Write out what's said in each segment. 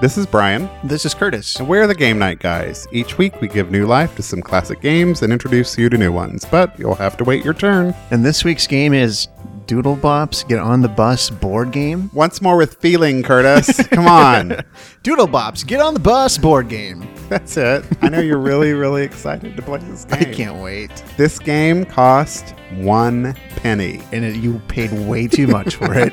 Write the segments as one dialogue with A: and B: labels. A: This is Brian,
B: This is Curtis.
A: and we're the Game Night Guys. Each week, we give new life to some classic games and introduce you to new ones, but you'll have to wait your turn.
B: And this week's game is Doodle Bops Get on the Bus board game.
A: Once more with feeling, Curtis. Come on.
B: Doodle Bops Get on the Bus board game.
A: That's it. I know you're really, really excited to play this game.
B: I can't wait.
A: This game cost one penny.
B: And it, you paid way too much for it.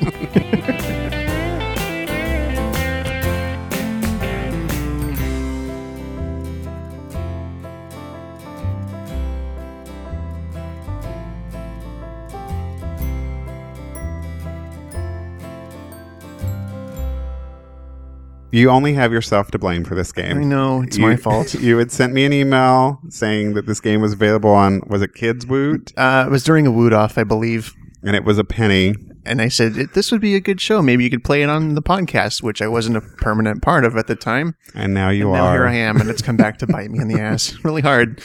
A: You only have yourself to blame for this game.
B: I know. It's
A: You-
B: my fault.
A: You had sent me an email saying that this game was available on, was it Kids Woot?
B: Uh, it was during a wood off, I believe.
A: And it was a penny.
B: And I said, "It- This would be a good show. Maybe you could play it on the podcast, which I wasn't a permanent part of at the time.
A: And now you
B: Now
A: are.
B: here I am, and it's come back to bite me in the ass really hard.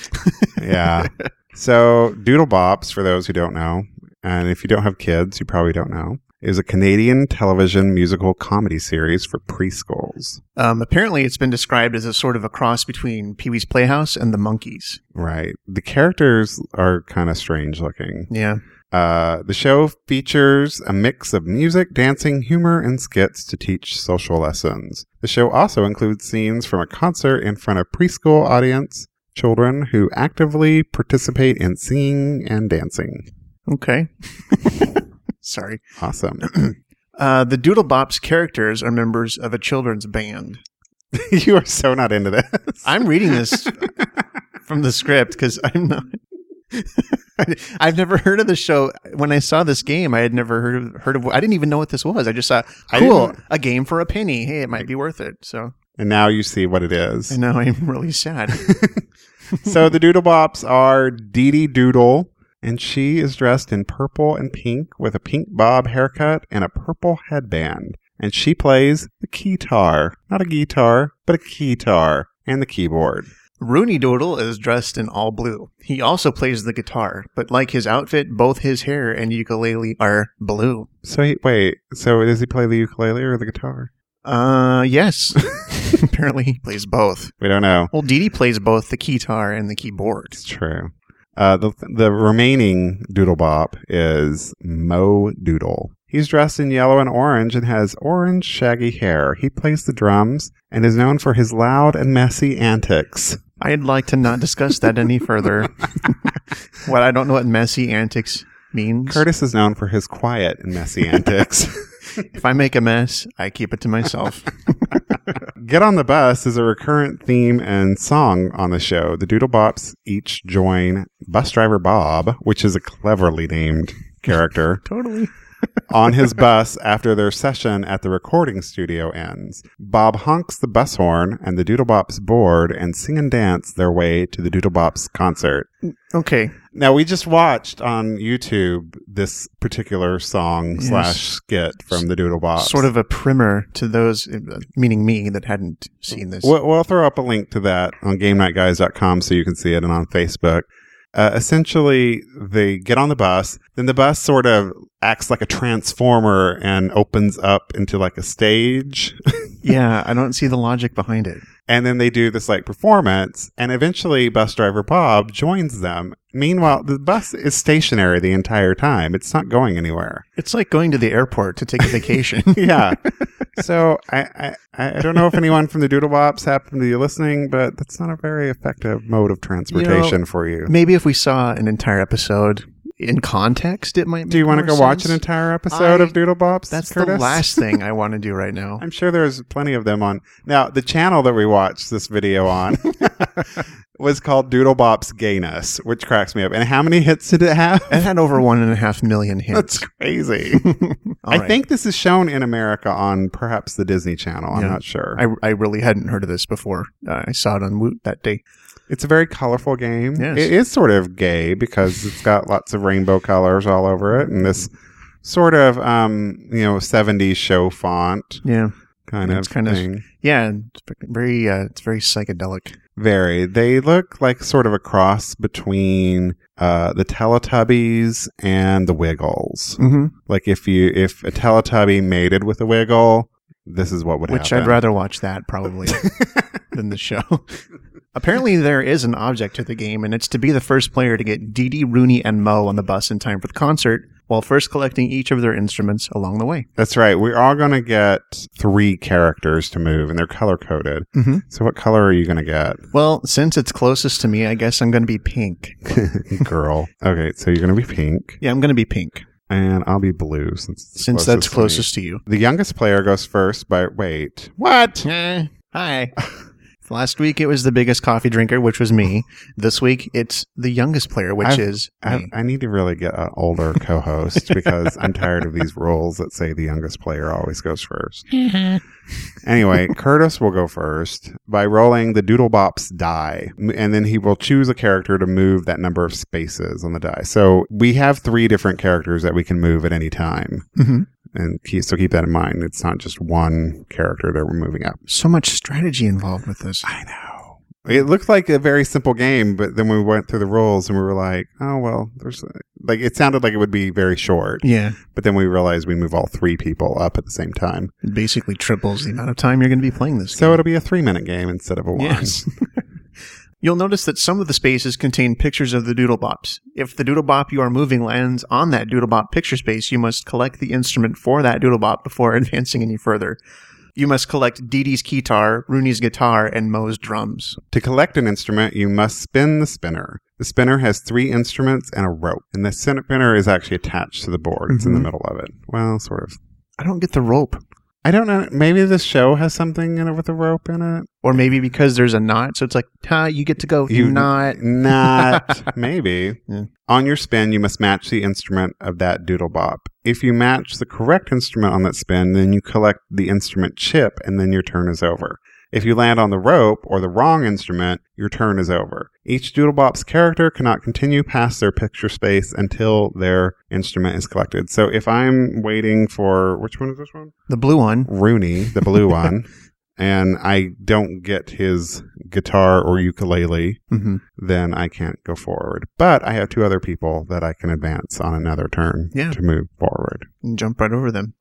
A: yeah. So Doodle Bops, for those who don't know, and if you don't have kids, you probably don't know, is a Canadian television musical comedy series for preschools.
B: Um, apparently, it's been described as a sort of a cross between Pee Wee's Playhouse and the Monkees.
A: Right. The characters are kind of strange looking.
B: Yeah.
A: Uh, the show features a mix of music, dancing, humor, and skits to teach social lessons. The show also includes scenes from a concert in front of preschool audience children who actively participate in singing and dancing.
B: Okay. Sorry.
A: Awesome.
B: Uh, the Doodle Bops characters are members of a children's band.
A: you are so not into this.
B: I'm reading this from the script because I'm not. I've never heard of the show. When I saw this game, I had never heard of, heard of. I didn't even know what this was. I just saw
A: I
B: cool
A: didn't-
B: a game for a penny. Hey, it might be worth it. So
A: and now you see what it
B: I
A: is.
B: know I'm really sad.
A: so the Doodle Bops are Dee Dee Doodle, and she is dressed in purple and pink with a pink bob haircut and a purple headband. And she plays the guitar. Not a guitar, but a guitar and the keyboard.
B: Rooney Doodle is dressed in all blue. He also plays the guitar, but like his outfit, both his hair and ukulele are blue.
A: So he, wait, so does he play the ukulele or the guitar?
B: Uh, yes. Apparently, he plays both.
A: We don't know.
B: Well, Dee Dee plays both the guitar and the keyboard.
A: It's true. Uh, the the remaining Doodle Bop is Mo Doodle. He's dressed in yellow and orange and has orange shaggy hair. He plays the drums and is known for his loud and messy antics.
B: I'd like to not discuss that any further. what I don't know what messy antics means.
A: Curtis is known for his quiet and messy antics.
B: If I make a mess, I keep it to myself.
A: Get on the Bus is a recurrent theme and song on the show. The Doodle Bops each join bus driver Bob, which is a cleverly named character.
B: totally.
A: on his bus after their session at the recording studio ends. Bob honks the bus horn and the Doodlebops board and sing and dance their way to the Doodlebops concert.
B: Okay.
A: Now we just watched on YouTube this particular song
B: Yes.
A: slash skit from the Doodlebops.
B: Sort of a primer to those, uh, meaning me, that hadn't seen this.
A: We'll, we'll throw up a link to that on GameNightGuys.com so you can see it and on Facebook. Uh, essentially, they get on the bus. Then the bus sort of acts like a transformer and opens up into like a stage.
B: Yeah, I don't see the logic behind it.
A: And then they do this like performance, and eventually bus driver Bob joins them. Meanwhile, the bus is stationary the entire time. It's not going anywhere.
B: It's like going to the airport to take a vacation.
A: Yeah. so I, I I don't know if anyone from the Doodle Bops happened to be listening, but that's not a very effective mode of transportation for you.
B: Maybe if we saw an entire episode in context, it might.
A: Do you
B: want to
A: go watch an entire episode
B: I-
A: of Doodle Bops?
B: That's
A: Curtis?
B: the last thing I want to do right now.
A: I'm sure there's plenty of them on. Now, the channel that we watched this video on was called Doodlebop's Gayness, which cracks me up. And how many hits did it have?
B: It had over one and a half million hits.
A: That's crazy. I
B: right.
A: think this is shown in America on perhaps the Disney Channel. I'm
B: Yeah.
A: not sure.
B: I, I really hadn't heard of this before. Uh, I saw it on Woot that day.
A: it's a very colorful game.
B: Yes.
A: It is sort of gay because it's got lots of rainbow colors all over it and this sort of um, you know, 70s show font
B: Yeah,
A: kind
B: It's
A: of
B: kind of-
A: thing.
B: yeah. It's very uh, it's very psychedelic.
A: Very. They look like sort of a cross between uh, the Teletubbies and the Wiggles.
B: Mm-hmm.
A: Like if you if a Teletubby mated with a Wiggle, this is what would
B: Which
A: happen.
B: I'd rather watch that probably than the show. Apparently, there is an object to the game, and it's to be the first player to get Dee Dee, Rooney, and Mo on the bus in time for the concert, while first collecting each of their instruments along the way.
A: That's right. We're all going to get three characters to move, and they're color coded.
B: Mhm.
A: So, what color are you going to get,
B: Well, since it's closest to me, I guess I'm going to be pink.
A: girl? okay, so you're going to be pink,
B: Yeah, I'm going to be pink,
A: and I'll be blue since it's
B: since that's
A: to me.
B: closest to you.
A: The youngest player goes first, but wait, what?
B: Eh, hi. Last week it was the biggest coffee drinker, which was me. This week it's the youngest player, which
A: I've-
B: is
A: I,
B: me.
A: I need to really get an older co-host because I'm tired of these rules that say the youngest player always goes first. anyway, Curtis will go first by rolling the Doodlebops die, M- and then he will choose a character to move that number of spaces on the die. So we have three different characters that we can move at any time,
B: Mhm.
A: and keep, so keep that in mind. It's not just one character that we're moving up.
B: So much strategy involved with this.
A: I know. It looked like a very simple game, but then we went through the rules and we were like, oh, well, there's like, it sounded like it would be very short,
B: Yeah,
A: but then we realized we move all three people up at the same time.
B: it basically triples the amount of time you're going to be playing this.
A: So it'll be a three minute game instead of a one.
B: Yes. You'll notice that some of the spaces contain pictures of the doodlebops. If the doodlebop you are moving lands on that doodlebop picture space, you must collect the instrument for that doodlebop before advancing any further. You must collect Dee Dee's guitar, Rooney's guitar, and Moe's drums.
A: To collect an instrument, you must spin the spinner. The spinner has three instruments and a rope, and the spinner is actually attached to the board. It's in the
B: Mhm.
A: middle of it. Well, sort of.
B: I don't get the rope.
A: I don't know. Maybe this show has something in it with a rope in it.
B: Or maybe because there's a knot, so it's like, ta, you get to go,
A: You-
B: you knot.
A: Not maybe.
B: Yeah.
A: On your spin, you must match the instrument of that doodle bop. If you match the correct instrument on that spin, then you collect the instrument chip and then your turn is over. If you land on the rope or the wrong instrument, your turn is over. Each Doodlebop's character cannot continue past their picture space until their instrument is collected. So if I'm waiting for which one is this one?
B: The blue one.
A: Rooney, the blue one, and I don't get his guitar or ukulele,
B: Mm-hmm.
A: then I can't go forward. But I have two other people that I can advance on another turn
B: Yeah.
A: to move forward.
B: and jump right over them.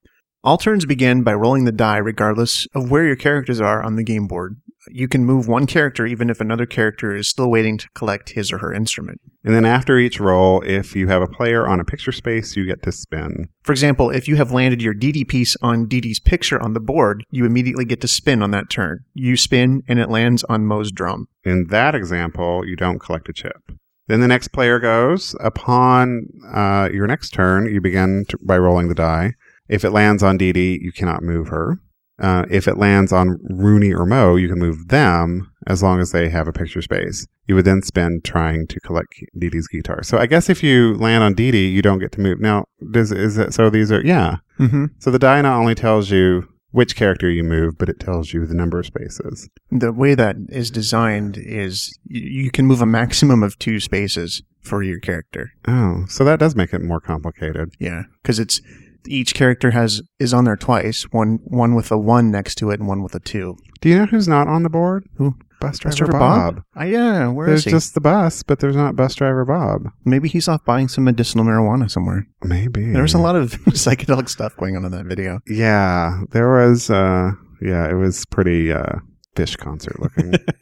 B: All turns begin by rolling the die, regardless of where your characters are on the game board. You can move one character even if another character is still waiting to collect his or her instrument.
A: And then after each roll, if you have a player on a picture space, you get to spin.
B: For example, if you have landed your DD piece on DD's picture on the board, you immediately get to spin on that turn. You spin and it lands on Moe's drum.
A: In that example, you don't collect a chip. Then the next player goes. Upon uh, your next turn, you begin to, by rolling the die. If it lands on Dee Dee, you cannot move her. Uh, if it lands on Rooney or Mo, you can move them as long as they have a picture space. You would then spend trying to collect Dee Dee's guitar. So I guess if you land on Dee Dee, you don't get to move. Now, does is it so? These are yeah.
B: Mm-hmm.
A: So the die not only tells you which character you move, but it tells you the number of spaces.
B: The way that is designed is y- you can move a maximum of two spaces for your character.
A: Oh, so that does make it more complicated.
B: Yeah, because it's each character has is on there twice. One one with a one next to it, and one with a two.
A: Do you know who's not on the board?
B: Who?
A: Bus driver,
B: Driver
A: Bob.
B: Bob? I, Uh, yeah, where
A: There's
B: is he?
A: just the bus, but there's not bus driver Bob.
B: Maybe he's off buying some medicinal marijuana somewhere.
A: Maybe
B: There was a lot of psychedelic stuff going on in that video.
A: Yeah, there was. uh Yeah, it was pretty uh fish concert looking.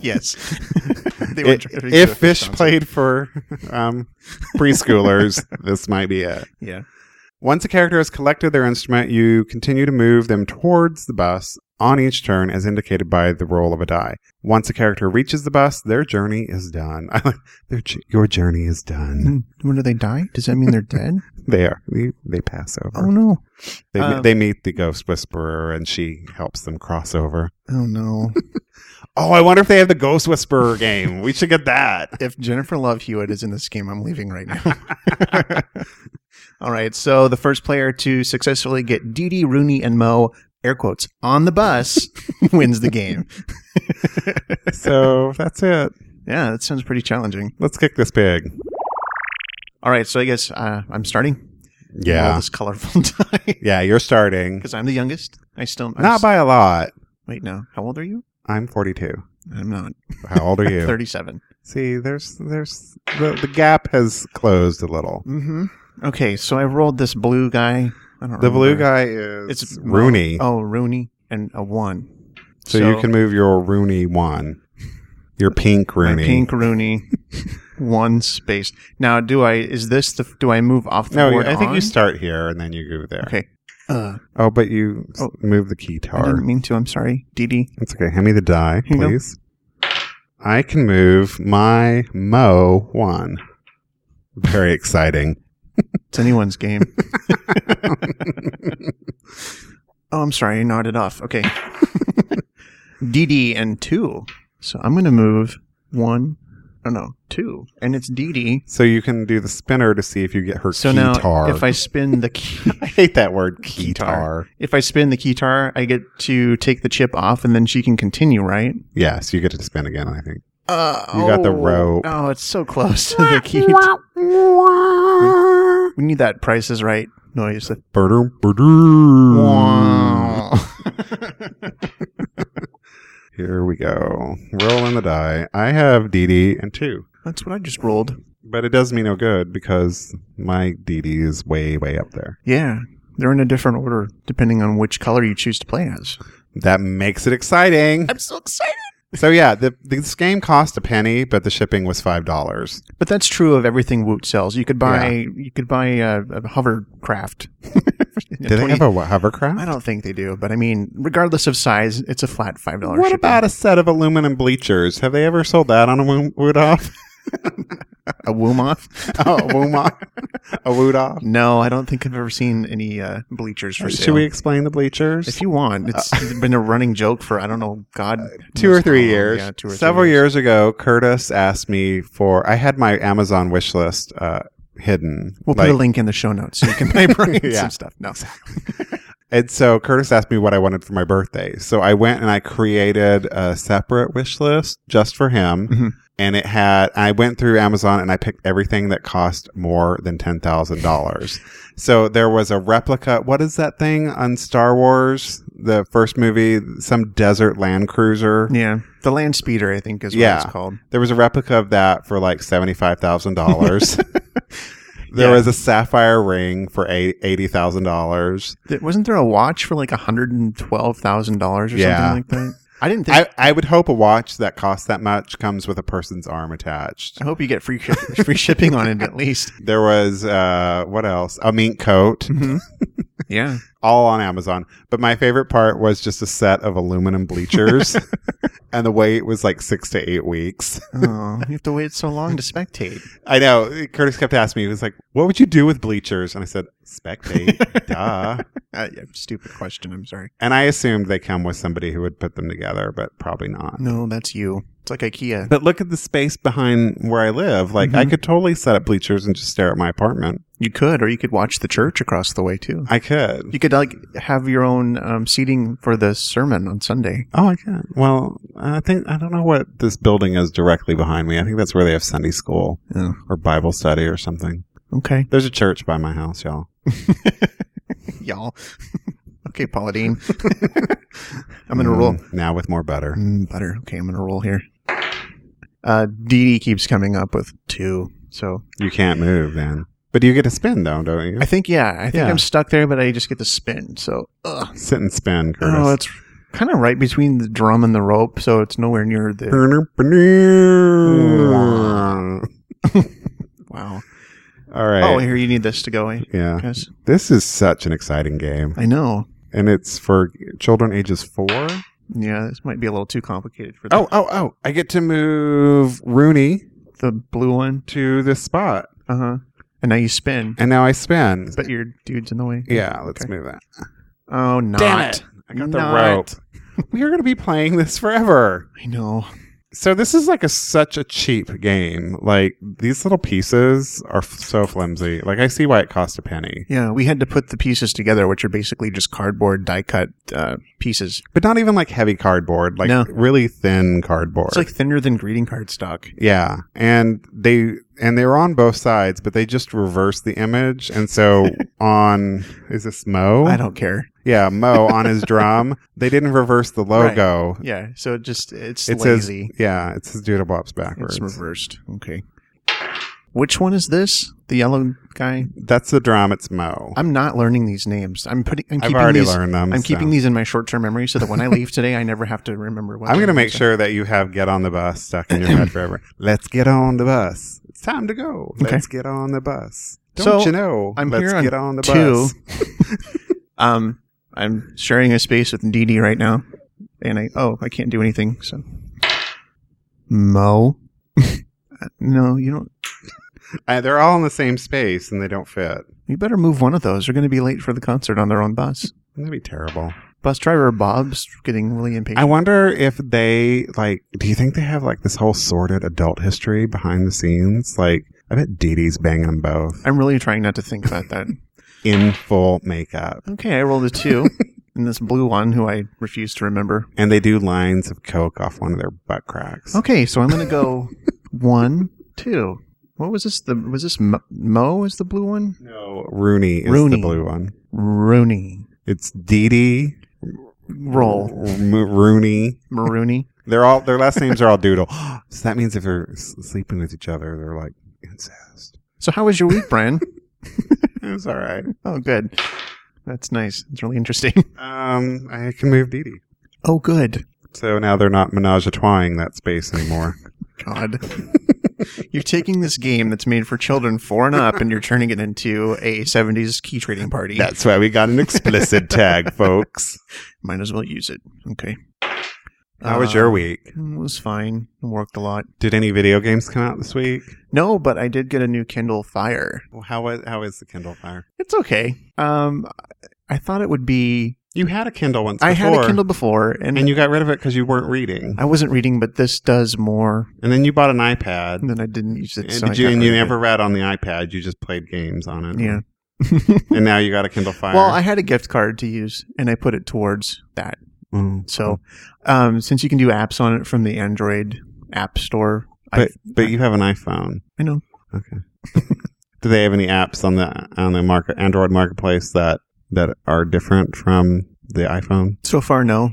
B: Yes, they
A: I-
B: trying to do a
A: if fish
B: concert.
A: played for um preschoolers, this might be it.
B: yeah,
A: Once a character has collected their instrument, you continue to move them towards the bus on each turn as indicated by the roll of a die. Once a character reaches the bus, their journey is done. I like their j- your journey is done.
B: Hmm, when do they die? Does that mean they're dead?
A: They are they, they pass over.
B: Oh no!
A: they
B: um,
A: they meet the ghost whisperer and she helps them cross over.
B: Oh no!
A: Oh, I wonder if they have the ghost whisperer game. We should get that.
B: if Jennifer Love Hewitt is in this game, I'm leaving right now. All right. So the first player to successfully get Dee Dee, Rooney, and Mo, air quotes, on the bus wins the game.
A: So that's it.
B: Yeah, that sounds pretty challenging.
A: Let's kick this pig.
B: All right. So I guess uh, I'm starting. All
A: Yeah.
B: this colorful time.
A: Yeah, you're starting.
B: Because I'm the youngest. I still. I'm
A: Not
B: s-
A: by a lot.
B: Wait, no. How old are you?
A: I'm 42.
B: I'm not.
A: How old are you?
B: 37.
A: See, there's there's the, the gap has closed a little.
B: Mm-hmm. Mm hmm. Okay. So I rolled this blue guy I don't
A: The blue
B: remember.
A: guy is
B: It's
A: Rooney.
B: Oh, Rooney and a one.
A: so, you can move your Rooney one, your pink
B: my
A: Rooney.
B: pink Rooney, one space. Now, do I? Is this the? Do I move off the
A: no,
B: board?
A: I think
B: on?
A: you start here and then you go there.
B: Okay. Uh,
A: Oh, but you s-
B: Oh.
A: move the
B: I
A: keytar.
B: didn't mean to. I'm sorry, Dee Dee.
A: That's okay. Hand me the die,
B: Here you go.
A: please. I can move my Mo one. Very exciting.
B: It's anyone's game. oh, I'm sorry. I nodded off. Okay. Dee Dee and two. So I'm going to move one. Oh, no, two. And it's Dee Dee.
A: So you can do the spinner to see if you get her
B: So now
A: keytar.
B: if I spin the key,
A: I hate that word keytar.
B: Keytar. if I spin the keytar, I get to take the chip off and then she can continue, right?
A: Yes, you get to spin again, I think.
B: Uh,
A: You got the
B: oh.
A: rope.
B: Oh, it's so close to the keytar. We need that Price is Right noise.
A: Mm. Ba-dum, ba-dum. Here we go. Rolling the die. I have DD and two.
B: That's what I just rolled.
A: But it does me no good because my DD is way, way up there.
B: Yeah, they're in a different order depending on which color you choose to play as.
A: That makes it exciting.
B: I'm so excited.
A: So yeah, the, this game cost a penny, but the shipping was five dollars.
B: But that's true of everything Woot sells. You could buy you could buy a, a hovercraft.
A: Did they have a what, hovercraft?
B: I don't think they do, but I mean, regardless of size, it's a flat five dollars.
A: What about a set of aluminum bleachers? Have they ever sold that on a Woo- wood off?
B: a Woomoth?
A: oh, a woom off? A wood off?
B: No, I don't think I've ever seen any uh, bleachers for sale.
A: Should we explain the bleachers?
B: If you want, it's been a running joke for I don't know, God,
A: Uh, two
B: knows
A: or three
B: how long.
A: years.
B: Yeah, two or
A: Several
B: three
A: years. ago, Curtis asked me for. I had my Amazon wish list uh, hidden.
B: We'll
A: like-
B: put a link in the show notes so you can play brain
A: Yeah.
B: some stuff. No,
A: and so Curtis asked me what I wanted for my birthday. So I went and I created a separate wish list just for him.
B: Mhm.
A: And it had, I went through Amazon and I picked everything that cost more than $10,000. so there was a replica. What is that thing on Star Wars, the first movie? Some desert land cruiser.
B: yeah, the land speeder I think is what
A: Yeah.
B: it's called.
A: There was a replica of that for like seventy five thousand dollars. There
B: Yeah.
A: was a sapphire ring for eight- eighty thousand dollars.
B: Th- Wasn't there a watch for like hundred and twelve thousand dollars or
A: Yeah.
B: something like that? I didn't think.
A: I,
B: I,
A: I would hope a watch that costs that much comes with a person's arm attached.
B: hope you get free shi- free shipping on it at least.
A: There was uh, what else? A mink coat,
B: Yeah,
A: all on Amazon. But my favorite part was just a set of aluminum bleachers, and the wait was like six to eight weeks.
B: oh, you have to wait so long to spectate.
A: I know. Curtis kept asking me, he was like, "What would you do with bleachers?" And I said, "Spectate, duh."
B: Uh, yeah, stupid question. I'm sorry.
A: And I assumed they come with somebody who would put them together, but probably not.
B: No, that's you. It's like IKEA.
A: But look at the space behind where I live. Like,
B: Mm-hmm.
A: I could totally set up bleachers and just stare at my apartment.
B: You could, or you could watch the church across the way too.
A: I could.
B: You could like have your own um, seating for the sermon on Sunday.
A: Oh, I can. Well, I think, I don't know what this building is directly behind me. I think that's where they have Sunday school
B: Oh,
A: or Bible study or something.
B: okay,
A: There's a church by my house, y'all.
B: y'all. okay, Paula Dean. I'm gonna roll.
A: Mm, Now with more butter.
B: Mm, butter. Okay, I'm gonna roll here. Uh, DD keeps coming up with two, so
A: You can't move then. But you get to spin, though, don't you?
B: I think yeah, I think
A: Yeah.
B: I'm stuck there, but I just get to spin. So ugh.
A: Sit and spin, Curtis.
B: oh, it's kind of right between the drum and the rope, so it's nowhere near the wow.
A: All right. Uh,
B: Oh, here you need this to go. I
A: yeah.
B: guess
A: This is such an exciting game,
B: I know.
A: and it's for children ages four. Oh,
B: Yeah, this might be a little too complicated for the,
A: oh, oh! I get to move Rooney
B: the blue one.
A: to this spot,
B: Uh huh. And now you spin,
A: and now I spin.
B: but your dude's in the way.
A: yeah, let's
B: Okay.
A: move that.
B: Oh, not.
A: I got the
B: Not.
A: rope. We are going to be playing this forever.
B: I know.
A: So this is like a such a cheap game. Like these little pieces are f- so flimsy. Like I see why it cost a penny,
B: Yeah, we had to put the pieces together, which are basically just cardboard die cut uh, pieces.
A: but not even like heavy cardboard. Like
B: No.
A: really thin cardboard.
B: It's like thinner than greeting card stock.
A: Yeah, and they and they were on both sides, but they just reversed the image, and so on is this Mo?
B: I don't care.
A: Yeah, Mo on his drum. They didn't reverse the logo.
B: Yeah, so it just it's
A: It says
B: lazy.
A: yeah, it says Doodle Bops
B: it's
A: backwards.
B: reversed. Okay. Which one is this? the yellow guy.
A: That's the drum. It's Mo.
B: I'm not learning these names. I'm putting. I'm
A: I've
B: keeping
A: already
B: these.
A: learned them.
B: I'm keeping
A: so.
B: these in my short-term memory so that when I leave today, I never have to remember what.
A: I'm
B: their
A: going to make
B: names are.
A: sure that you have "Get on the Bus" stuck in your head forever. Let's get on the bus. It's time to go.
B: Okay.
A: Let's get on the bus. Don't
B: So,
A: you know?
B: I'm
A: Let's
B: here on
A: get on the
B: two.
A: bus.
B: Um, I'm sharing a space with Dee Dee right now, and I oh I can't do anything. So Mo, Uh, no, you don't.
A: Uh, they're all in the same space and they don't fit.
B: You better move one of those. They're going to be late for the concert on their own bus.
A: That'd be terrible.
B: Bus driver Bob's getting really
A: I
B: impatient.
A: wonder if they like. Do you think they have like this whole sordid adult history behind the scenes? Like, I bet Dee Dee's banging them both
B: I'm really trying not to think about that.
A: in full makeup,
B: Okay, I rolled a two. And this blue one, who I refuse to remember.
A: and they do lines of coke off one of their butt cracks.
B: Okay, so I'm gonna go one, two. What was this? The was this Mo, Mo is the blue one?
A: No, Rooney is
B: Rooney.
A: the blue one.
B: Rooney
A: It's Dee Dee
B: roll
A: M- Rooney.
B: Marooney.
A: They're all their last names are all Doodle. so that means if they're s- sleeping with each other, they're like incest.
B: So how was your week, Brian?
A: It's all right.
B: oh, good. That's nice. It's really interesting.
A: Um, I can move Dee Dee.
B: Oh, good.
A: So now they're not menage a twaing that space anymore.
B: God. you're taking this game that's made for children four and up, and you're turning it into a 70s key trading party.
A: That's why we got an explicit tag, folks.
B: Might as well use it. Okay.
A: How was
B: Uh,
A: your week?
B: It was fine. I worked a lot.
A: Did any video games come out this week?
B: No, but I did get a new Kindle Fire.
A: Well, How was how is the Kindle Fire?
B: It's okay. Um, I thought it would be.
A: You had a Kindle once.
B: I had a
A: before,
B: Kindle before, and,
A: and you got rid of it because you weren't reading.
B: I wasn't reading, but this does more
A: And then you bought an iPad.
B: than I didn't use it.
A: And,
B: so I
A: did you,
B: got
A: and
B: rid
A: you
B: of it.
A: never read on the iPad. You just played games on it.
B: Yeah.
A: And now you got a Kindle Fire.
B: well, I had a gift card to use, and I put it towards that.
A: Mm.
B: So, um, since you can do apps on it from the Android App Store, I,
A: but but you have an iPhone.
B: I know.
A: Okay. Do they have any apps on the on the market Android marketplace that that are different from the iPhone?
B: so far no.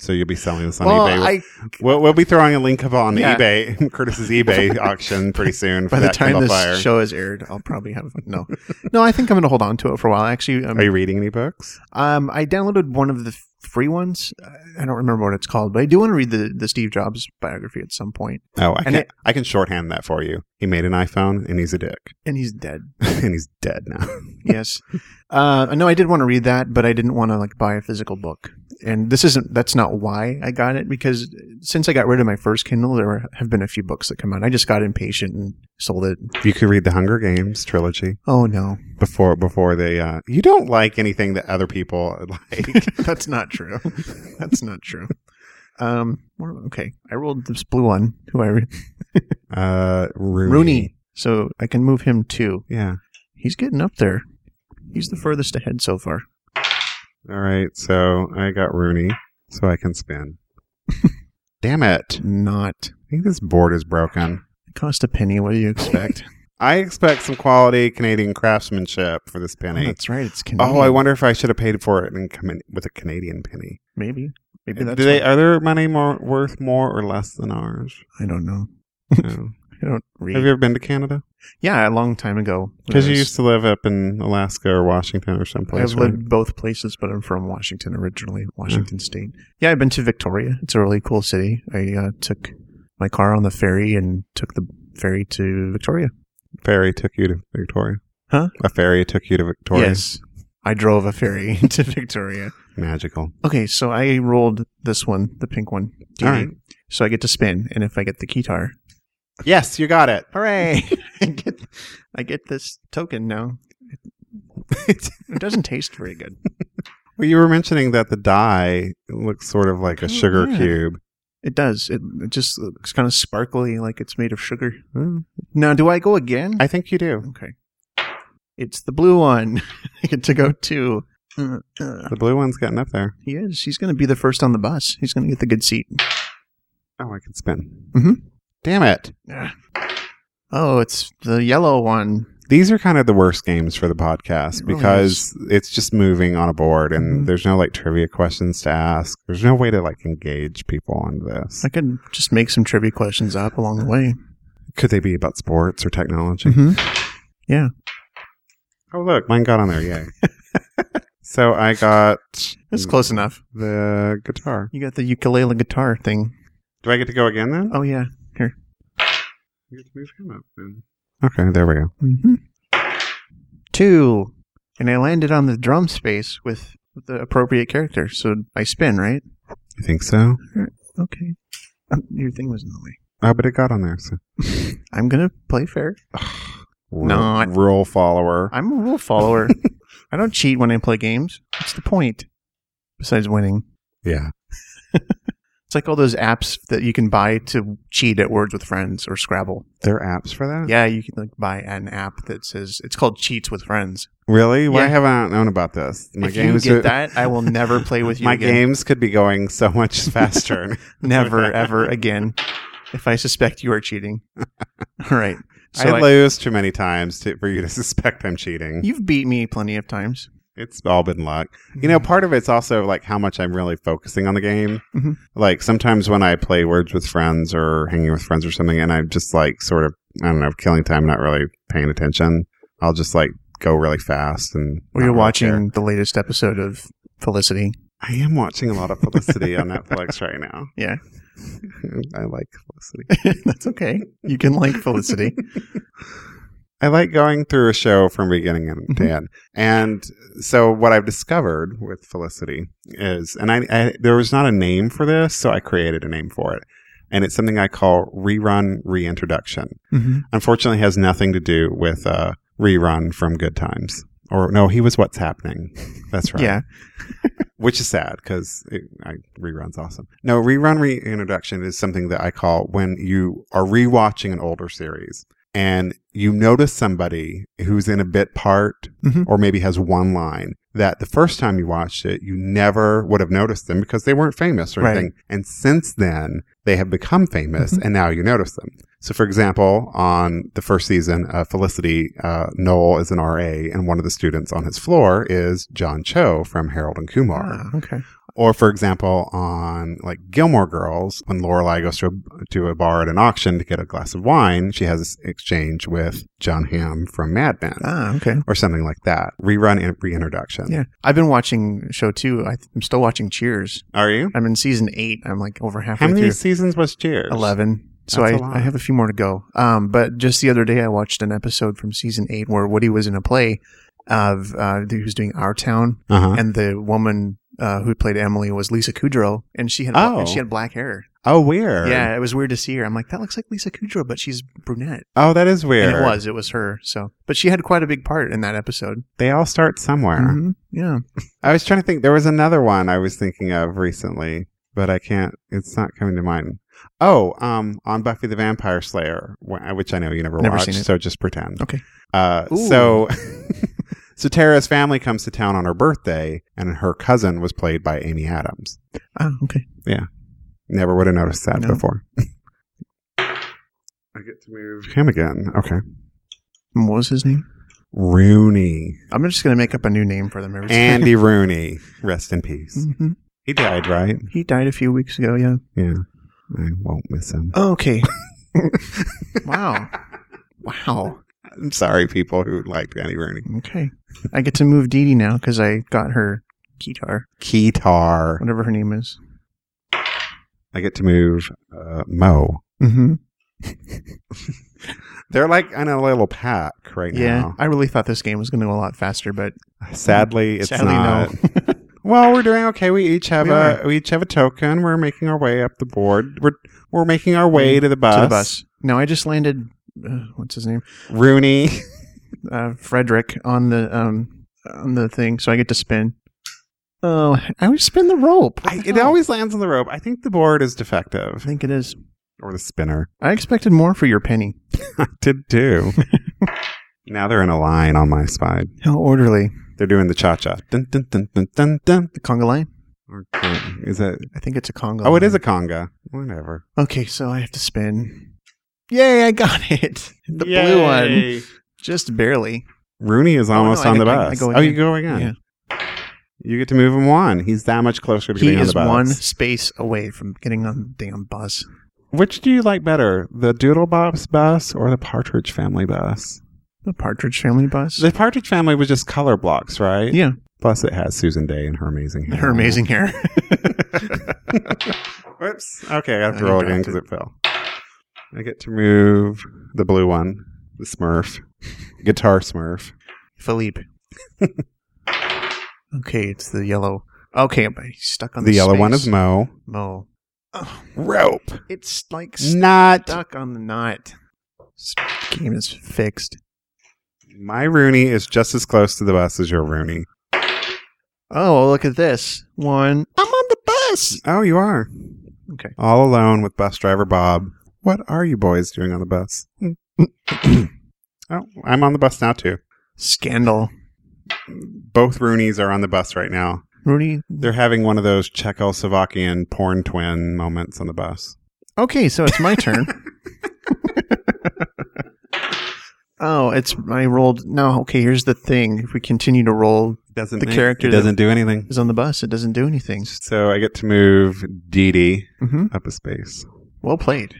A: So you'll be selling this on
B: well,
A: eBay.
B: I,
A: We'll, we'll be throwing a link of on
B: Yeah.
A: eBay, Curtis's eBay auction pretty soon. For
B: by the
A: that
B: time
A: Kindle
B: this
A: Fire.
B: show is aired, I'll probably have no, no. I think I'm going to hold on to it for a while. Actually, um,
A: are you reading any books?
B: Um, I downloaded one of the f- free ones. I don't remember what it's called, but I do want to read the, the Steve Jobs biography at some point.
A: Oh, I
B: And
A: can
B: it-
A: I can shorthand that for you. He made an iPhone and he's a dick
B: And he's dead.
A: and he's dead now.
B: yes. Uh, no, I did want to read that, but I didn't want to like buy a physical book. And this isn't. That's not why I got it because since I got rid of my first Kindle, there have been a few books that come out. I just got impatient and sold it.
A: You could read the Hunger Games trilogy
B: Oh no,
A: before before they. Uh, you don't like anything that other people like.
B: that's not true. that's not true. Um. what- Okay. I rolled this blue one. Who I re-
A: Uh, Rooney.
B: Rooney. So I can move him too.
A: Yeah.
B: He's getting up there. He's the furthest ahead so far.
A: All right. So I got Rooney, so I can spin. Damn it!
B: Not.
A: I think this board is broken.
B: It cost a penny. What do you expect?
A: I expect some quality Canadian craftsmanship for this
B: Oh,
A: penny.
B: that's right. It's Canadian.
A: Oh, I wonder if I should have paid for it and come in with a Canadian penny.
B: Maybe. Maybe
A: Do
B: that's.
A: they
B: what-
A: are their money more worth more or less than ours?
B: I don't know.
A: No.
B: I don't read.
A: have you ever been to Canada?
B: yeah, a long time ago. when
A: Because
B: I
A: you
B: was-
A: used to live up in Alaska or Washington or someplace.
B: I've
A: right?
B: lived both places, but I'm from Washington originally,
A: Hmm.
B: Washington State. Yeah, I've been to Victoria. It's a really cool city. I uh, took my car on the ferry and took the ferry to Victoria.
A: ferry took you to Victoria.
B: Huh?
A: A ferry took you to Victoria.
B: Yes, I drove a ferry to Victoria.
A: Magical.
B: Okay, so I rolled this one, the pink one.
A: All right.
B: So I get to spin, and if I get the keytar,
A: Yes, you got it.
B: hooray! I get, I get this token now. It doesn't taste very good.
A: well, you were mentioning that the die looks sort of like a
B: Kinda
A: sugar
B: weird.
A: cube.
B: It does. It, it just looks kind of sparkly, like it's made of sugar.
A: Hmm.
B: Now, do I go again?
A: I think you do.
B: okay. It's the blue one. I get to go too. Uh, uh,
A: The blue one's getting up there.
B: he is. He's going to be the first on the bus. He's going to get the good seat.
A: Oh, I can spin.
B: Mhm.
A: Damn it.
B: Ah. Oh, it's the yellow one.
A: these are kind of the worst games for the podcast
B: It really
A: because it's just moving on a board and
B: Mhm.
A: there's no like trivia questions to ask. There's no way to like engage people on this.
B: I could just make some trivia questions up along the way.
A: Could they be about sports or technology?
B: Mm-hmm.
A: Oh, look, mine got on there. Yay. so I got
B: That's close enough.
A: the guitar.
B: You got the ukulele guitar thing.
A: Do I get to go again then?
B: Oh yeah.
A: You get to move him up then. Okay, there we go.
B: Mm-hmm. Two, and I landed on the drum space with with the appropriate character. So I spin, right?
A: You think so?
B: Okay. Um, your thing was in the way.
A: Oh, but it got on there. So.
B: I'm gonna play fair. No,
A: Rule- rule follower.
B: I'm a rule follower. I don't cheat when I play games. What's the point? Besides winning,
A: yeah.
B: it's like all those apps that you can buy to cheat at Words with Friends or Scrabble.
A: There are apps for that?
B: Yeah, you can like buy an app that says it's called Cheats with Friends.
A: Really? Why
B: Yeah.
A: haven't I known about this?
B: if you get that, I will never play with you.
A: My
B: again.
A: games could be going so much faster.
B: Never, ever again. If I suspect you are cheating. All right. So
A: I
B: I-
A: lose too many times to, for you to suspect I'm cheating.
B: you've beat me plenty of times.
A: It's all been luck. You know, part of it's also like how much I'm really focusing on the game.
B: Mhm.
A: Like sometimes when I play words with friends or hanging with friends or something, and I'm just like sort of, I don't know, killing time, not really paying attention, I'll just like go really fast. And
B: Or
A: not
B: you're
A: really
B: watching
A: care.
B: the latest episode of Felicity.
A: I am watching a lot of Felicity on Netflix right now.
B: Yeah.
A: I like Felicity.
B: That's okay. You can like Felicity.
A: I like going through a show from beginning and to end. And so what I've discovered with Felicity is, and I, I there was not a name for this, so I created a name for it. And it's something I call rerun reintroduction.
B: Mhm.
A: Unfortunately, it has nothing to do with uh, rerun from Good Times. Or no, he was what's happening. That's right.
B: Yeah.
A: which is sad because I rerun's awesome. No, rerun reintroduction is something that I call when you are rewatching an older series and you notice somebody who's in a bit part
B: Mhm.
A: or maybe has one line that the first time you watched it you never would have noticed them because they weren't famous or
B: Right.
A: anything. And since then they have become famous and now you notice them. So, for example, on the first season of Felicity, uh, Noel is an RA, and one of the students on his floor is John Cho from Harold and Kumar.
B: Ah, okay.
A: Or, for example, on like Gilmore Girls, when Lorelai goes to a, to a bar at an auction to get a glass of wine, she has this exchange with John Hamm from Mad Men
B: Ah, okay.
A: or something like that. Rerun and reintroduction.
B: Yeah. I've been watching a show too. I th- I'm still watching Cheers.
A: Are you?
B: I'm in season eight. I'm like over
A: How
B: halfway
A: many
B: through.
A: seasons was Cheers?
B: 11. So
A: That's
B: I,
A: a lot.
B: I have a few more to go. Um, but just the other day, I watched an episode from season eight where Woody was in a play of uh, he was doing Our Town,
A: Uh huh.
B: and the woman uh, who played Emily was Lisa Kudrow, and she had
A: Oh.
B: and she had black hair.
A: Oh, weird.
B: Yeah, it was weird to see her. I'm like, that looks like Lisa Kudrow, but she's brunette.
A: Oh, that is weird.
B: And it was, it was her. So, but she had quite a big part in that episode.
A: They all start somewhere.
B: Mhm. Yeah,
A: I was trying to think. There was another one I was thinking of recently, but I can't. It's not coming to mind. Oh, um, on Buffy the Vampire Slayer, wh- which I know you never,
B: Never
A: watched,
B: seen it.
A: so just pretend.
B: Okay.
A: Uh,
B: Ooh.
A: so, so Tara's family comes to town on her birthday, and her cousin was played by Amy Adams.
B: Ah, okay.
A: Never would have noticed that
B: No.
A: before. I get to move him again. Okay,
B: And what was his name?
A: Rooney,
B: I'm just gonna make up a new name for them every time.
A: Andy Rooney, rest in peace.
B: Mhm.
A: He died, right?
B: He died a few weeks ago. Yeah.
A: Yeah, I won't miss him.
B: Okay. wow. Wow.
A: I'm sorry, people who liked Andy Rooney.
B: Okay. I get to move Dee Dee now because I got her guitar,
A: Keytar.
B: whatever her name is.
A: I get to move uh, Mo.
B: Mm-hmm.
A: They're like in a little pack right
B: Yeah.
A: now.
B: I really thought this game was going to go a lot faster, but
A: Sadly, it's
B: sadly,
A: not.
B: no.
A: Well, we're doing okay. We each have
B: We
A: a we each have a token. We're making our way up the board. We're we're making our way to the bus.
B: Mm, to the bus. No, I just landed. Uh, what's his name?
A: Rooney.
B: Uh, Frederick on the um on the thing, so I get to spin. Oh, I always spin the rope.
A: I, it always lands on the rope. I think the board is
B: I
A: defective
B: think it is.
A: or the spinner.
B: I expected more for your penny.
A: I did too. now they're in a line on my side.
B: How orderly.
A: They're doing the cha cha. Dun dun dun dun dun dun.
B: The conga line.
A: Okay. Is that
B: I think it's a conga.
A: Oh, it
B: line.
A: is a conga. Whatever.
B: Okay, so I have to spin. Yay, I got it. The blue one. Just barely.
A: Rooney is almost
B: no, Oh, I
A: on the
B: go- I- I
A: bus.
B: go
A: oh,
B: again.
A: you go again. You get to move him one. He's that much closer to
B: He
A: getting on the
B: is
A: bus.
B: one space away from getting on the damn bus.
A: Which do you like better, the Doodlebops bus or the Partridge Family bus?
B: The Partridge Family Bus.
A: The Partridge Family was just color blocks, right?
B: yeah,
A: Plus, it has Susan Day and her amazing hair.
B: her amazing hair.
A: Whoops. Okay, I have
B: I
A: to roll
B: dropped
A: again because it fell. I get to move the blue one, the Smurf, guitar Smurf.
B: Philippe. okay, it's the yellow. Okay, but he's stuck on
A: The,
B: the,
A: yellow one
B: space.
A: is Mo.
B: Mo. Oh,
A: Rope.
B: it's like
A: Not.
B: stuck on the knot. This game is fixed.
A: My Rooney is just as close to the bus as your Rooney.
B: Oh, well, look at this one. I'm on the bus.
A: Oh, you are.
B: Okay.
A: All alone with bus driver Bob. What are you boys doing on the bus? oh, I'm on the bus now too.
B: Scandal.
A: Both Roonies are on the bus right now.
B: Rooney.
A: They're having one of those Czechoslovakian porn twin moments on the bus.
B: Okay, so it's my turn. oh, it's I rolled. No, okay. Here's the thing. If we continue to roll,
A: Doesn't
B: The character
A: it doesn't do anything.
B: is on the bus. It doesn't do anything.
A: So I get to move Dee Dee
B: Mm-hmm.
A: up a space.
B: Well played.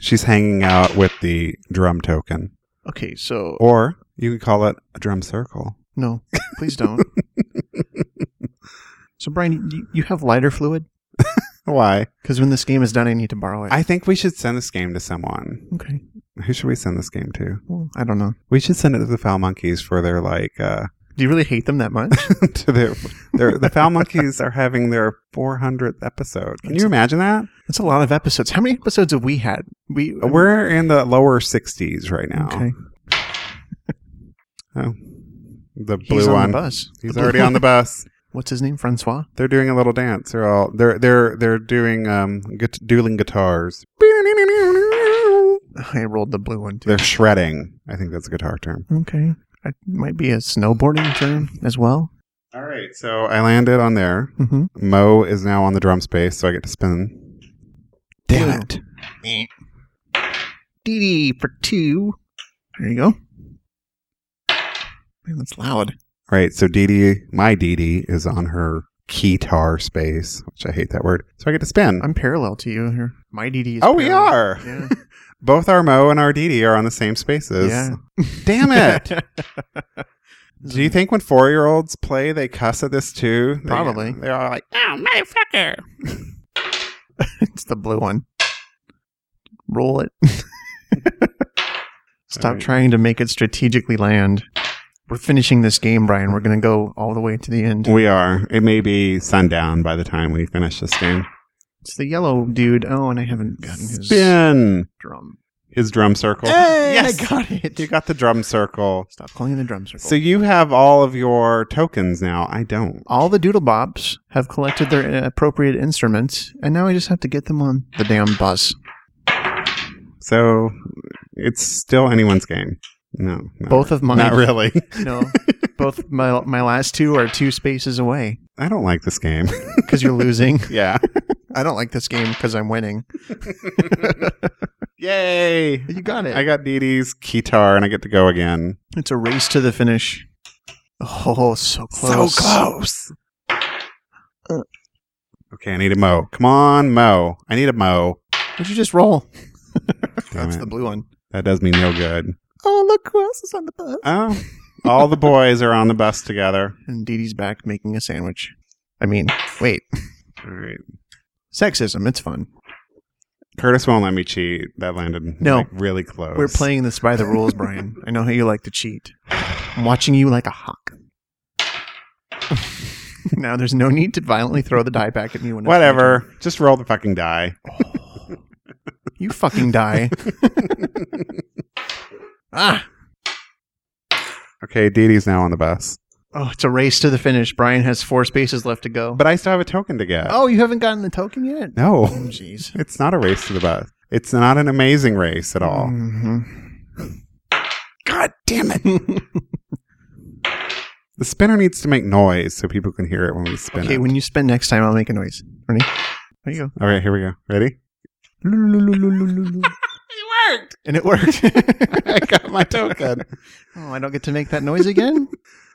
A: She's hanging out with the drum token,
B: Okay, so
A: or you could call it a drum circle.
B: no, please don't. so Brian, you, you have lighter fluid
A: Why?
B: because when this game is done, I need to borrow it.
A: I think we should send this game to someone.
B: okay.
A: Who should we send this game to?
B: Well, I don't know.
A: We should send it to the Foul Monkeys for their like uh
B: Do you really hate them that much?
A: to their, their the Foul Monkeys are having their 400th episode. Can you imagine that?
B: That's a lot of episodes. How many episodes have we had? We
A: We're in the lower 60s right now.
B: okay.
A: Oh. The blue
B: He's on
A: one.
B: the bus.
A: He's
B: The blue
A: already on the bus.
B: What's his name? Francois.
A: They're doing a little dance. They're all they're they're they're doing um gu- dueling guitars.
B: I rolled the blue one too.
A: They're shredding. I think that's a guitar term.
B: Okay. That might be a snowboarding term as well.
A: All right, so I landed on there.
B: Mm-hmm.
A: Mo is now on the drum space, so I get to spin.
B: Damn it. DD for two. There you go. Man, that's loud.
A: Right, so Dee Dee, my Dee Dee, is on her keytar space, which I hate that word. So I get to spin.
B: I'm parallel to you here. My DD is.
A: oh, we
B: parallel.
A: are. Both our Mo and our Dee Dee are on the same spaces.
B: Yeah.
A: Damn
B: Yeah.
A: it. Do you think when four year olds play, they cuss at this too? They-
B: Probably.
A: They're all like,
C: Oh, motherfucker.
B: it's the blue one. Roll it. Stop
A: Alright.
B: trying to make it strategically land. We're finishing this game, Brian. We're going to go all the way to the end.
A: we are. It may be sundown by the time we finish this game.
B: It's the yellow dude. Oh, and I haven't gotten his
A: Spin
B: drum.
A: his drum circle.
B: yes, I got it.
A: You got the drum circle.
B: Stop calling it a drum circle.
A: So you have all of your tokens now. I don't.
B: all the doodle bops have collected their uh, appropriate instruments, and now I just have to get them on the damn bus.
A: So it's still anyone's game. No. not
B: Both of mine.
A: Not really.
B: No, both my my last two are two spaces away
A: I don't like this game.
B: because you're losing.
A: yeah.
B: I don't like this game because I'm winning.
A: Yay.
B: You got it.
A: I got Dee Dee's guitar and I get to go again.
B: it's a race to the finish. Oh, so close.
A: close. Uh. Okay, I need a mo. Come on, mo. I need a mo.
B: Did you just roll?
A: Damn
B: That's
A: it.
B: the blue one.
A: that does me no good.
B: Oh, look who else is on the bus.
A: Oh, all the boys are on the bus together.
B: And Dee Dee's back making a sandwich. I mean, wait.
A: All right.
B: Sexism. It's fun.
A: Curtis won't let me cheat. That landed
B: No.
A: like, really close.
B: We're playing this by the rules, Brian. I know how you like to cheat. I'm watching you like a hawk. now there's no need to violently throw the die back at me when it's my
A: Whatever. Just roll the fucking die.
B: turn. You fucking die. ah.
A: Okay, Dee Dee's now on the bus.
B: Oh, it's a race to the finish. Brian has four spaces left to go.
A: But I still have a token to get.
B: Oh, you haven't gotten the token yet?
A: No,
B: Oh, jeez.
A: it's not a race to the bus. It's not an amazing race at all.
B: Mhm.
A: God damn it. the spinner needs to make noise so people can hear it when we spin
B: Okay,
A: it.
B: when you spin next time, I'll make a noise. Ready? There you go.
A: All right, here we go. Ready?
C: It worked.
B: And it worked.
A: I got my token.
B: oh, I don't get to make that noise again?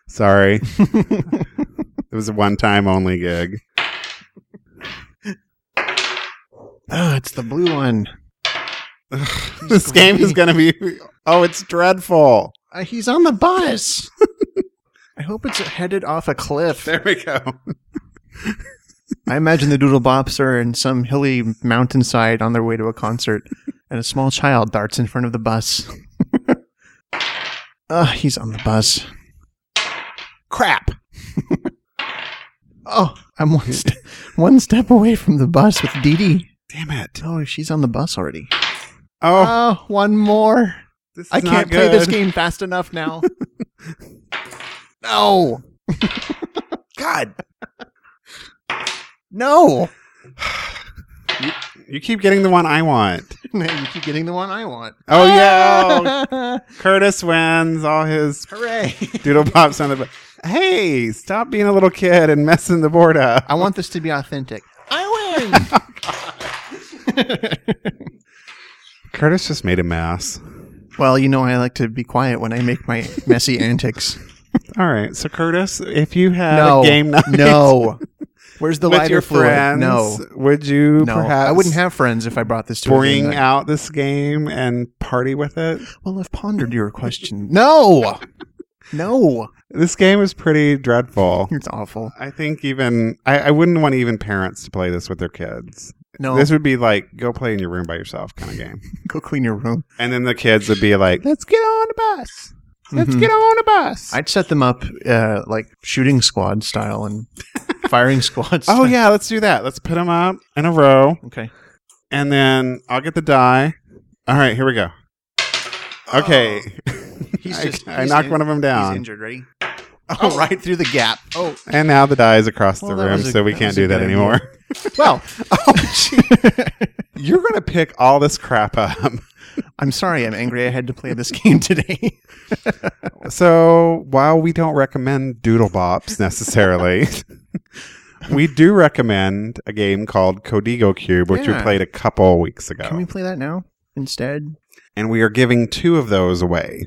A: Sorry. it was a one time only gig.
B: Oh, it's the blue one.
A: this game is going to be. Oh, it's dreadful.
B: Uh, he's on the bus. I hope it's headed off a cliff.
A: There we go.
B: I imagine the Doodle Bops are in some hilly mountainside on their way to a concert, and a small child darts in front of the bus. Ah, he's on the bus.
A: Crap.
B: Oh, I'm one, st- one step away from the bus with Dee Dee.
A: Damn it.
B: Oh, she's on the bus already.
A: Oh,
B: Oh, one more.
A: this is
B: I
A: not
B: can't play this
A: good.
B: game fast enough now. no. God. No.
A: You keep getting the one I want.
B: you keep getting the one I want.
A: Oh, yeah. Curtis wins all his
B: Hooray.
A: doodle pops on the. bu- Hey, stop being a little kid and messing the board up.
B: I want this to be authentic. I win.
A: Curtis just made a mess.
B: well, you know I like to be quiet when I make my messy antics.
A: All right. So, Curtis, if you had
B: no.
A: a game night
B: No. Where's the
A: with
B: lighter
A: your
B: fluid?
A: friends,
B: No.
A: would you
B: No.
A: perhaps
B: I wouldn't have friends if I brought this to a game
A: bring
B: night.
A: out this game and party with it?
B: Well, I've pondered your question. No, no,
A: This game is pretty dreadful.
B: it's awful.
A: I think even I, I wouldn't want even parents to play this with their kids.
B: No,
A: This would be like go play in your room by yourself kind of game.
B: go clean your room.
A: And then the kids would be like, Mm-hmm. "Let's get on the bus. Let's
B: Mhm.
A: get on the bus."
B: I'd set them up uh, like shooting squad style and firing squad. Style.
A: oh yeah, let's do that. Let's put them up in a row,
B: Okay.
A: and then I'll get the die. All right, here we go. Okay,
B: He's
A: I-
B: just.
A: I, knocked one of them
B: He's
A: down,
B: injured. Ready? Oh, right through the gap. Oh,
A: and now the die is across
B: Well,
A: the
B: that
A: room,
B: was a-
A: so we
B: that
A: can't
B: was a
A: do that
B: good idea.
A: anymore.
B: well. oh, gee.
A: You're gonna pick all this crap up.
B: I'm sorry. I'm angry. I had to play this game today.
A: So while we don't recommend Doodle Bops necessarily, we do recommend a game called Codigo Cube, which we
B: Yeah.
A: played a couple weeks ago.
B: Can we play that now instead?
A: and we are giving two of those away.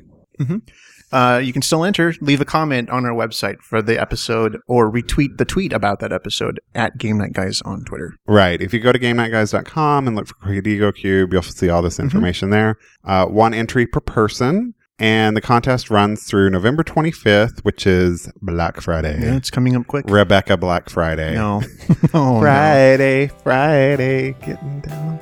B: Uh, you can still enter. Leave a comment on our website for the episode, or retweet the tweet about that episode at Game Night Guys on Twitter.
A: Right. If you go to GameNightGuys.com and look for Codigo Cube, you'll see all
B: Mm-hmm.
A: this information there. Uh, one entry per person. And the contest runs through November 25th, which is Black Friday.
B: Yeah, it's coming up quick.
A: Rebecca Black Friday.
B: No. oh, no.
A: Friday, Friday, getting down.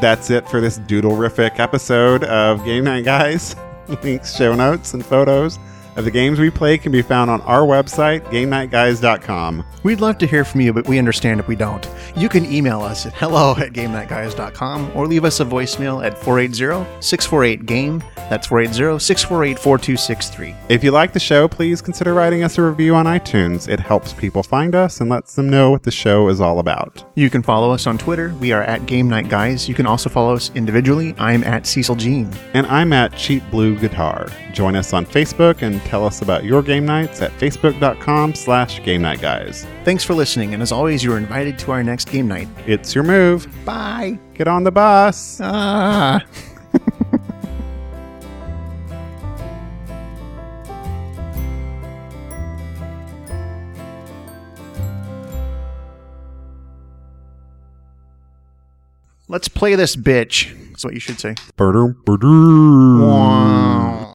A: That's it for this doodlerific episode of Game Night Guys. Links, show notes, and photos of the games we play can be found on our website, GameNightGuys.com.
B: We'd love to hear from you, but we understand if we don't. You can email us at hello at GameNightGuys.com or leave us a voicemail at 480-648-GAME. E. That's 480-648-4263.
A: If you like the show, please consider writing us a review on iTunes. It helps people find us and lets them know what the show is all about.
B: You can follow us on Twitter. We are at Game Night Guys. You can also follow us individually. I'm at Cecil Jean.
A: And I'm at Cheap Blue Guitar. Join us on Facebook and tell us about your game nights at facebook.com slash game night guys.
B: Thanks for listening, and as always, you're invited to our next game night.
A: It's your move.
B: Bye.
A: Get on the bus.
B: Ah. Let's play this bitch. That's what you should say.
A: Ba-dum, ba-dum.
B: Wow.